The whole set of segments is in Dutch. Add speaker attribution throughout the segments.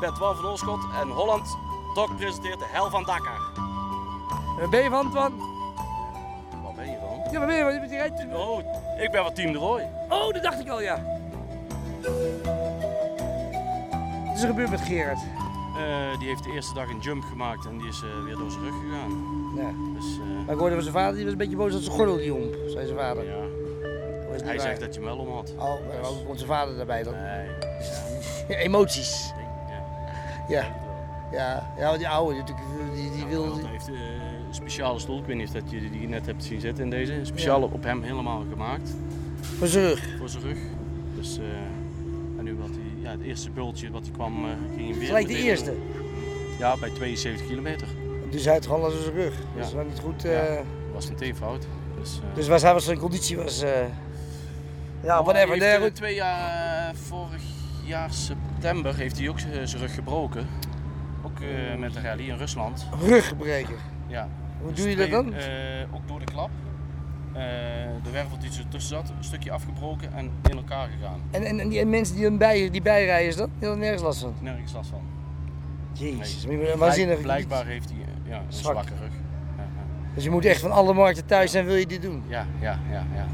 Speaker 1: ben Twan van Oorschot en Holland Doc presenteert de Hel van Dakar.
Speaker 2: Waar ben je van, Twan?
Speaker 1: Waar ben je van?
Speaker 2: Ja, waar ben je van? Je bent hier uit-
Speaker 1: Oh, ik ben van Team de Roy.
Speaker 2: Oh, dat dacht ik al, ja. Dus er gebeurt met Gerard.
Speaker 1: Eh, die heeft de eerste dag een jump gemaakt en die is eh, weer door zijn rug gegaan.
Speaker 2: Ja.
Speaker 1: Dus eh,
Speaker 2: Maar ik hoorde van zijn vader, die was een beetje boos dat zijn gordel die om, zei zijn vader.
Speaker 1: ja,
Speaker 2: Dat is niet
Speaker 1: hij
Speaker 2: waar.
Speaker 1: zegt dat je hem wel om had.
Speaker 2: Oh, en dan komt zijn vader daarbij dan.
Speaker 1: Nee,
Speaker 2: Emoties.
Speaker 1: ik denk, ja.
Speaker 2: Ja. ja. Ja, want die oude, die, natuurlijk- die, die wil...
Speaker 1: Hij heeft eh, een speciale stoel, ik weet niet of dat jullie die net hebt zien zitten in deze. Een speciale op hem helemaal gemaakt
Speaker 2: Voor zijn rug.
Speaker 1: voor zijn rug. Dus, eh, en nu wat hij, ja, het eerste bultje wat hij kwam, eh, ging hij weer.
Speaker 2: Gelijk de
Speaker 1: meteen-
Speaker 2: eerste.
Speaker 1: Ja, bij 72 kilometer.
Speaker 2: Dus hij had gewoon last van zijn rug. Dat is
Speaker 1: Ja.
Speaker 2: wel niet goed.
Speaker 1: Ja.
Speaker 2: eh,
Speaker 1: Dat was meteen fout. Dus, eh,
Speaker 2: Dus waar zijn, was zijn conditie was... eh, Ja, whatever.
Speaker 1: Hij
Speaker 2: Nee,
Speaker 1: heeft, eh,
Speaker 2: goed.
Speaker 1: twee jaar, eh, vorig jaar september heeft hij ook z- eh, zijn rug gebroken. Ook eh, met de rally in Rusland.
Speaker 2: Ruggebreken.
Speaker 1: Ja.
Speaker 2: Hoe
Speaker 1: Dus
Speaker 2: doe je dat
Speaker 1: twee-
Speaker 2: dan?
Speaker 1: eh, ook door de klap. Eh, de wervel die ertussen zat, een stukje afgebroken en in elkaar gegaan.
Speaker 2: En, en, en die en mensen die, hem bij, die bijrijden, is dat? Die hadden nergens last van.
Speaker 1: Nergens last van.
Speaker 2: Jezus, maar je moet een waanzinnige
Speaker 1: Blijk- Blijkbaar
Speaker 2: conditie.
Speaker 1: heeft hij eh, ja, een
Speaker 2: Zwak.
Speaker 1: zwakke rug. Ja,
Speaker 2: Dus je moet echt van alle markten thuis zijn, wil je dit doen.
Speaker 1: Ja, ja, ja. ja.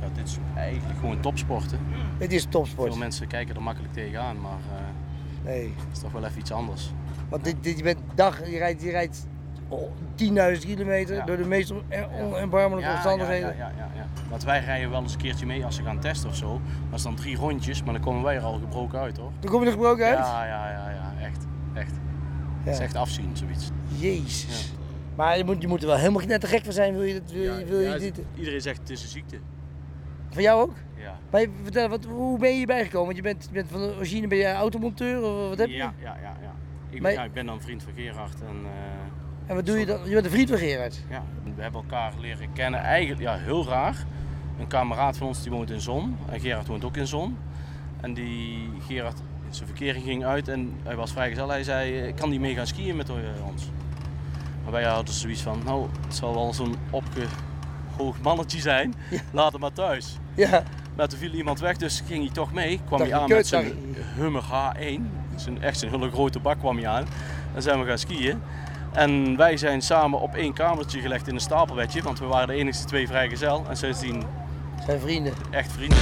Speaker 1: Ja, dit is eigenlijk gewoon topsporten.
Speaker 2: Het is topsport.
Speaker 1: Veel mensen kijken er makkelijk tegenaan, maar eh,
Speaker 2: Nee.
Speaker 1: het is toch wel even iets anders.
Speaker 2: Want dit, dit, je bent dag, je rijdt, je rijdt oh, 10.000 kilometer
Speaker 1: Ja.
Speaker 2: door de meest on- en- onerbarmelijke omstandigheden.
Speaker 1: Ja, ja, ja, ja, ja. Want wij rijden wel eens een keertje mee als ze gaan testen of zo. Dat is dan drie rondjes, maar dan komen wij er al gebroken uit hoor.
Speaker 2: Dan kom je er gebroken uit?
Speaker 1: Ja, ja, ja, ja, echt. Echt.
Speaker 2: Ja.
Speaker 1: Het is echt afzien, zoiets.
Speaker 2: Jezus. Maar je moet, je moet er wel helemaal net te gek van zijn, wil je, dat, wil, je- wil je dit?
Speaker 1: Iedereen zegt het is een ziekte.
Speaker 2: Van jou ook?
Speaker 1: Ja.
Speaker 2: Maar je- vertel, wat, hoe ben je hierbij gekomen? Want je bent, je bent van de origine, ben je automonteur of wat heb je?
Speaker 1: Ja, ja, ja. ja. Ik,
Speaker 2: Maar-
Speaker 1: ben, ja, ik ben dan vriend van Gerard en eh,
Speaker 2: En wat doe je dan? Je bent een vriend van Gerard.
Speaker 1: ja, we hebben elkaar leren kennen. Eigenlijk, ja, heel raar. Een kameraad van ons die woont in Zon en Gerard woont ook in Zon. En die Gerard, zijn verkering ging uit en hij was vrijgezel. Hij zei, ik kan die mee gaan skiën met eh, ons. Maar wij hadden zoiets van, nou, het zal wel zo'n opgehoogd mannetje zijn. Laat hem maar thuis.
Speaker 2: Ja.
Speaker 1: Maar toen viel iemand weg, dus ging hij toch mee. Kwam
Speaker 2: Dacht
Speaker 1: hij
Speaker 2: je,
Speaker 1: aan
Speaker 2: kut,
Speaker 1: met zijn
Speaker 2: dacht je.
Speaker 1: Hummer H1. Zijn, echt zijn hele grote bak kwam hij aan. Dan zijn we gaan skiën. En wij zijn samen op één kamertje gelegd in een stapelbedje, want we waren de enigste twee vrijgezel. En sindsdien
Speaker 2: Zijn vrienden.
Speaker 1: echt vrienden.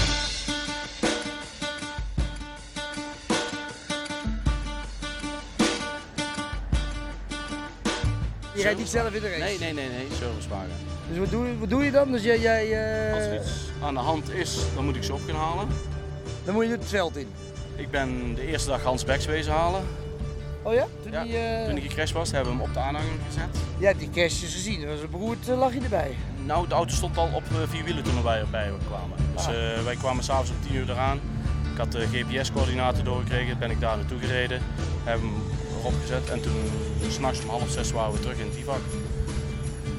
Speaker 2: Je rijdt niet zelf in de race.
Speaker 1: Nee, nee, nee, nee, servicewagen.
Speaker 2: Dus wat doe, je- wat doe je dan? Dus jij, jij
Speaker 1: Als
Speaker 2: eh,
Speaker 1: er iets aan de hand is, dan moet ik ze op gaan halen.
Speaker 2: dan moet je het veld in.
Speaker 1: Ik ben de eerste dag Hans Becks wezen halen.
Speaker 2: Oh ja? Toen
Speaker 1: Ja,
Speaker 2: die, eh,
Speaker 1: Toen ik gecrashed was, hebben we hem op de aanhanger gezet.
Speaker 2: Jij hebt die kerstjes gezien, dat was een beroerd eh, lachje erbij.
Speaker 1: Nou, de auto stond al op eh, vier wielen toen wij erbij kwamen. Dus
Speaker 2: Ah.
Speaker 1: eh, wij kwamen s'avonds om 10 uur eraan. Ik had de GPS-coördinaten doorgekregen, ben ik daar naartoe gereden, heb hem erop gezet en toen s'nachts om half zes waren we terug in het bivak.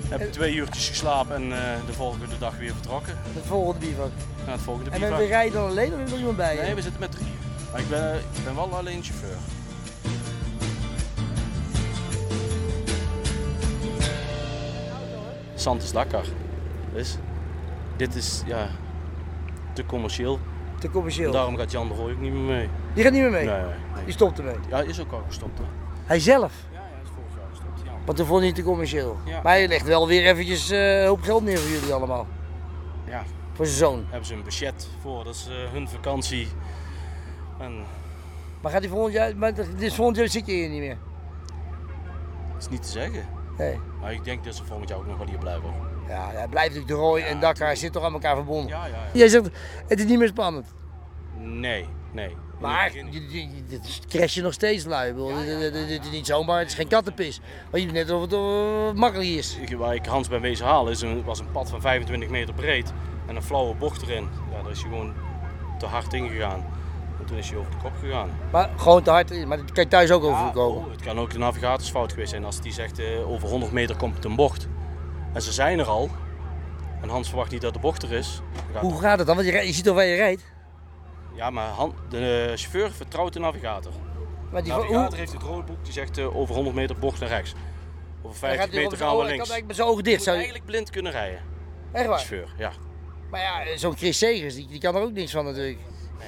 Speaker 1: Heb
Speaker 2: En-
Speaker 1: ik twee uurtjes geslapen en eh, de volgende dag weer vertrokken
Speaker 2: Het volgende bivak.
Speaker 1: naar het volgende
Speaker 2: En we
Speaker 1: bivak.
Speaker 2: rijden dan alleen of hebben we iemand bij? je?
Speaker 1: Nee, we zitten met drieën. Maar ik ben, ik ben wel alleen chauffeur. Santos Dakar. Dus dit is ja, te commercieel.
Speaker 2: Te commercieel.
Speaker 1: Daarom gaat Jan de Rooij ook niet meer mee.
Speaker 2: Die gaat niet meer mee. Die
Speaker 1: Nou. nee.
Speaker 2: stopt ermee.
Speaker 1: Ja, is ook al gestopt. Hè?
Speaker 2: Hij zelf.
Speaker 1: Ja, hij is vorig jaar gestopt. Jan.
Speaker 2: Want toen vond hij het te commercieel.
Speaker 1: Ja.
Speaker 2: Maar hij legt wel weer eventjes eh, een hoop geld neer voor jullie allemaal.
Speaker 1: Ja,
Speaker 2: Voor zijn zoon.
Speaker 1: hebben ze een budget voor. Dat is eh, hun vakantie. En
Speaker 2: Maar gaat hij volgend jaar, maar dit is volgend jaar zit je hier niet meer.
Speaker 1: dat is niet te zeggen.
Speaker 2: Nee.
Speaker 1: Maar ik denk dat ze volgend jaar ook nog wel hier blijven. hoor.
Speaker 2: Ja, hij blijft natuurlijk de Roy en Dakar zit toch aan elkaar verbonden.
Speaker 1: Ja, ja, ja.
Speaker 2: Jij zegt, het is niet meer spannend.
Speaker 1: Nee, nee. In het
Speaker 2: Maar
Speaker 1: begin-
Speaker 2: je- je- je- dit crash je nog steeds lui. Ik bedoel, dit- dit- Dit is niet zomaar, het is geen kattenpis. Maar je doet net of het eh, makkelijk is.
Speaker 1: Ik- waar ik Hans ben wezen halen is een, was een pad van 25 meter breed en een flauwe bocht erin. Ja, daar is hij gewoon te hard ingegaan. En toen is hij over de kop gegaan.
Speaker 2: Maar gewoon te hard, maar dat kan je thuis ook over
Speaker 1: Ah,
Speaker 2: overkomen.
Speaker 1: oh, het kan ook de navigatorsfout geweest zijn als die zegt eh, over 100 meter komt het een bocht. En ze zijn er al. En Hans verwacht niet dat de bocht er is. Dan gaat-
Speaker 2: Hoe gaat het dan? Want je, rij- je ziet toch waar je rijdt.
Speaker 1: Ja, maar Han- de eh, chauffeur vertrouwt de navigator.
Speaker 2: Maar
Speaker 1: De
Speaker 2: die
Speaker 1: navigator heeft het roodboek die zegt eh, over 100 meter bocht naar rechts. Over 50 meter gaan we
Speaker 2: oh, Ik kan
Speaker 1: links.
Speaker 2: eigenlijk met zijn ogen
Speaker 1: Je
Speaker 2: dicht.
Speaker 1: moet
Speaker 2: Zou je-
Speaker 1: eigenlijk blind kunnen rijden,
Speaker 2: Echt
Speaker 1: de
Speaker 2: waar.
Speaker 1: chauffeur. Ja.
Speaker 2: Maar ja, zo'n Chris Segers, die, die kan er ook niks van natuurlijk.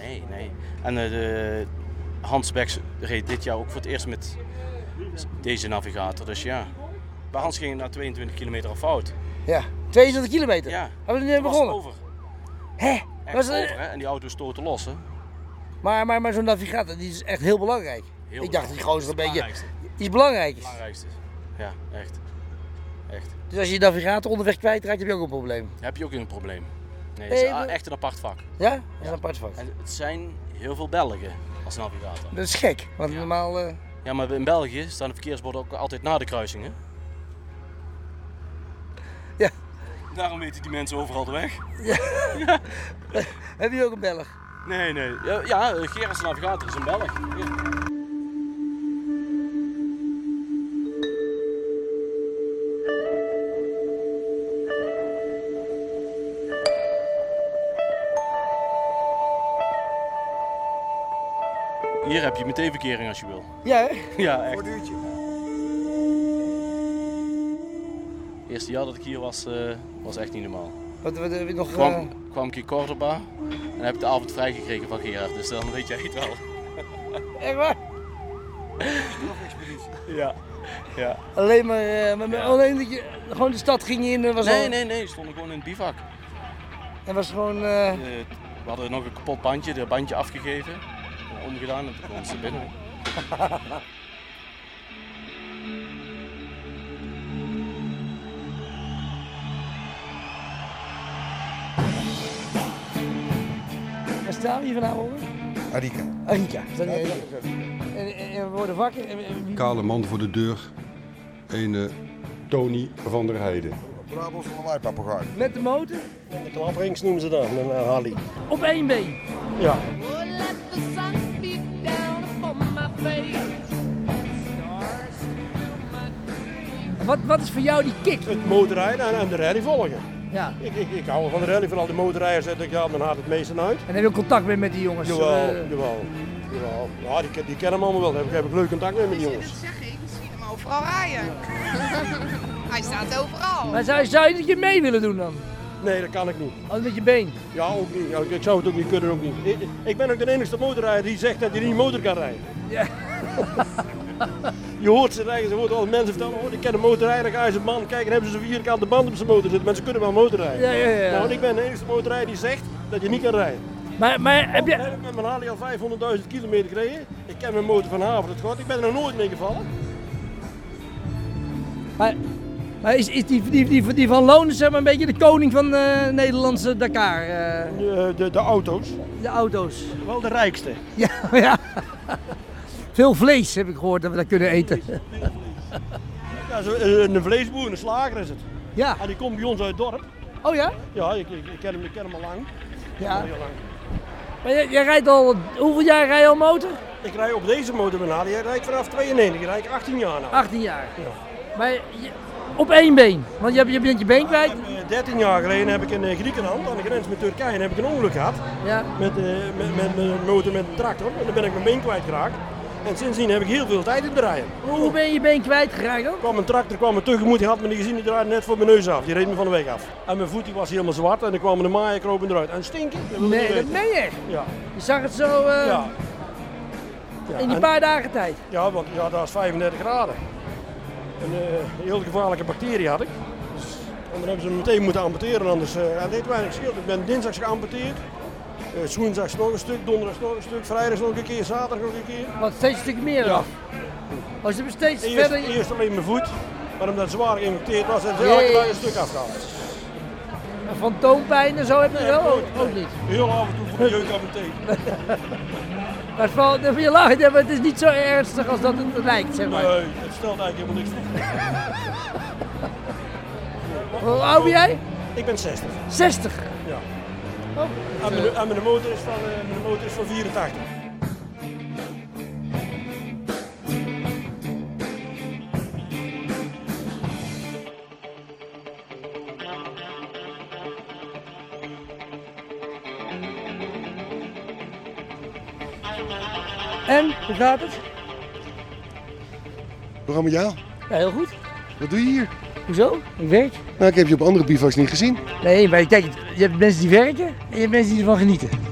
Speaker 1: Nee, nee. En eh, de, Hans Beks reed dit jaar ook voor het eerst met deze navigator. Dus ja, bij Hans ging het na 22 kilometer al fout.
Speaker 2: Ja. 22 kilometer.
Speaker 1: Ja,
Speaker 2: Hebben we er
Speaker 1: toen
Speaker 2: net
Speaker 1: was het
Speaker 2: begonnen?
Speaker 1: over.
Speaker 2: Hè?
Speaker 1: Echt
Speaker 2: Was het-
Speaker 1: over, hè? En die auto stoten los, hè?
Speaker 2: Maar, maar, maar zo'n navigator die is echt heel belangrijk.
Speaker 1: Heel
Speaker 2: ik dacht, die gozer een beetje.
Speaker 1: Belangrijkste.
Speaker 2: Die is belangrijk.
Speaker 1: Belangrijkste. Ja, echt. Echt.
Speaker 2: Dus als je je navigator onderweg kwijtraakt, heb je ook een probleem.
Speaker 1: Heb je ook een probleem? Nee, het
Speaker 2: Nee,
Speaker 1: is
Speaker 2: maar-
Speaker 1: echt een apart vak.
Speaker 2: Ja? Dat is
Speaker 1: Ja.
Speaker 2: een apart vak.
Speaker 1: En het zijn heel veel Belgen als navigator.
Speaker 2: Dat is gek, want
Speaker 1: Ja.
Speaker 2: normaal. eh,
Speaker 1: Ja, maar in België staan de verkeersborden ook altijd na de kruisingen.
Speaker 2: Ja.
Speaker 1: Daarom weten die mensen overal de weg.
Speaker 2: Heb je ook een Belg?
Speaker 1: Nee, nee. Ja, ja eh, Gerard de navigator is een Belg. Ja. Hier heb je meteen verkering als je wil.
Speaker 2: Ja, hè?
Speaker 1: Ja, echt. Het eerste jaar dat ik hier was, eh, was echt niet normaal.
Speaker 2: Wat wat heb je nog.
Speaker 1: Kwam,
Speaker 2: eh,
Speaker 1: kwam ik in Cordoba en heb ik de avond vrijgekregen van Gerard, dus dan weet jij het wel.
Speaker 2: echt waar?
Speaker 1: Ja. ja.
Speaker 2: Alleen maar. eh, maar maar
Speaker 1: Ja.
Speaker 2: Alleen dat je gewoon de stad ging in en was
Speaker 1: Nee,
Speaker 2: al-
Speaker 1: nee, nee, we stonden gewoon in het bivak.
Speaker 2: En was gewoon. eh,
Speaker 1: Eh, we hadden nog een kapot bandje, dat bandje afgegeven, omgedaan en toen konden ze binnen.
Speaker 2: Waar staan we hier vanavond?
Speaker 3: Arika.
Speaker 2: Arica. we staan hier, Arica. En, en- en we worden wakker. En, en wie-
Speaker 4: kale man voor de deur. Een eh, Tony van der Heijden.
Speaker 3: Brabos van mij, papegaai.
Speaker 2: Met de motor
Speaker 5: De labrings noemen ze dat, een eh, Harley.
Speaker 2: op één been.
Speaker 5: Ja.
Speaker 6: Oh, let the sun beat down upon my face. Stars fill my dreams.
Speaker 2: Wat, wat is voor jou die kick?
Speaker 5: Het motorrijden en, en de rally volgen.
Speaker 2: Ja.
Speaker 5: Ik, ik, ik hou wel van de rally, vooral de motorrijders uit ik ja, dan haalt het meeste uit.
Speaker 2: En heb je ook contact mee met die jongens?
Speaker 5: Jawel,
Speaker 2: Eh,
Speaker 5: jawel, jawel. Ja, die, ken- die kennen hem allemaal wel, daar heb ik- heb ik leuk contact mee met die jongens.
Speaker 6: Dat zeg ik, we zien hem overal rijden. Hij staat overal.
Speaker 2: Maar zou, zou je dat je mee willen doen dan?
Speaker 5: Nee, dat kan ik niet.
Speaker 2: Als met je been?
Speaker 5: Ja, ook niet. Ja, ik, ik zou het ook niet kunnen, ook niet. Ik, ik ben ook de enige motorrijder die zegt dat hij niet motor kan rijden.
Speaker 2: Ja.
Speaker 5: Je hoort ze rijden, ze hoort al mensen vertellen, oh, ik ken een motorrijder, ga eens een man kijken, hebben ze zo'n vierkante band op zijn motor zitten, mensen kunnen wel motorrijden.
Speaker 2: Ja, ja, ja.
Speaker 5: Nou, ik ben de enige motorrijder die zegt dat je niet kan rijden.
Speaker 2: Maar, maar heb
Speaker 5: Ik
Speaker 2: je...
Speaker 5: heb met mijn Harley al 500.000 kilometer gereden. Ik ken mijn motor van haven tot god. Ik ben er nog nooit mee gevallen.
Speaker 2: Maar, maar is, is die, die, die, die Van Loon is zeg maar een beetje de koning van eh Nederlandse Dakar? eh,
Speaker 5: De, de, de auto's.
Speaker 2: de auto's.
Speaker 5: Wel de rijkste.
Speaker 2: Ja, ja. Veel vlees heb ik gehoord dat we dat kunnen eten.
Speaker 5: Ja, zo, eh, een vleesboer, een slager is het.
Speaker 2: Ja.
Speaker 5: En die komt bij ons uit het dorp.
Speaker 2: Oh ja?
Speaker 5: Ja, ik, ik, ik ken hem, ik ken hem al lang.
Speaker 2: Ja.
Speaker 5: Heel lang.
Speaker 2: Maar jij, jij rijdt al... Hoeveel jaar rij je al motor?
Speaker 5: Ik rij op deze motor met Harley. Ik rijd vanaf 92. Ik rijd 18 jaar nou.
Speaker 2: 18 jaar. Maar je- op één been. Want je, hebt- je bent je been kwijt.
Speaker 5: Eh, 13 jaar geleden heb ik in eh, Griekenland, aan de grens met Turkije, heb ik een ongeluk gehad.
Speaker 2: Ja.
Speaker 5: Met, eh, met, met, met een motor met een tractor. En dan ben ik mijn been kwijtgeraakt. En sindsdien heb ik heel veel tijd in te rijden.
Speaker 2: Hoe ben je je been kwijtgeraakt dan?
Speaker 5: kwam een tractor kwam me tegemoet, die had me niet gezien, die draaide net voor mijn neus af. Die reed me van de weg af. En mijn voet die was helemaal zwart en er kwamen de maaien kropen eruit. En stinken? dat wil je
Speaker 2: Nee,
Speaker 5: niet
Speaker 2: dat
Speaker 5: weten.
Speaker 2: meen je echt.
Speaker 5: Ja,
Speaker 2: Je zag het zo eh,
Speaker 5: ja. Ja,
Speaker 2: in die
Speaker 5: en-
Speaker 2: paar dagen tijd.
Speaker 5: ja, want ja, dat is 35 graden. Een eh, heel gevaarlijke bacterie had ik. Dus- en dan hebben ze me meteen moeten amputeren, anders eh dat deed weinig schil. Ik ben dinsdags geamputeerd. eh, woensdags nog een stuk, donderdags nog een stuk, vrijdags nog een keer, zaterdag nog een keer.
Speaker 2: Want steeds een stuk meer
Speaker 5: Ja.
Speaker 2: af. Als je steeds
Speaker 5: Eerst,
Speaker 2: verder...
Speaker 5: eerst alleen mijn voet, maar omdat het zwaar geïnfecteerd was, hebben ze
Speaker 2: Jee.
Speaker 5: elke dag een stuk afgehaald.
Speaker 2: Fantoompijn en zo heb je wel ook, ook niet.
Speaker 5: Heel af en toe voor de jeuk aan mijn teen.
Speaker 2: Maar het valt, je lacht, hè, maar het is niet zo ernstig als dat het lijkt, zeg maar.
Speaker 5: Nee, het stelt eigenlijk helemaal niks voor.
Speaker 2: Hoe oud ben jij?
Speaker 5: Ik ben 60.
Speaker 2: 60.
Speaker 5: Ja.
Speaker 2: Oh.
Speaker 5: En mijn, en mijn motor is van, eh, mijn motor is van 84.
Speaker 2: En, hoe gaat het?
Speaker 4: Hoe gaat het met jou?
Speaker 2: Ja, heel goed.
Speaker 4: Wat doe je hier?
Speaker 2: Hoezo? Ik werk.
Speaker 4: Nou, ik heb je op andere bivaks niet gezien.
Speaker 2: Nee, maar kijk, je hebt mensen die werken en je hebt mensen die ervan genieten.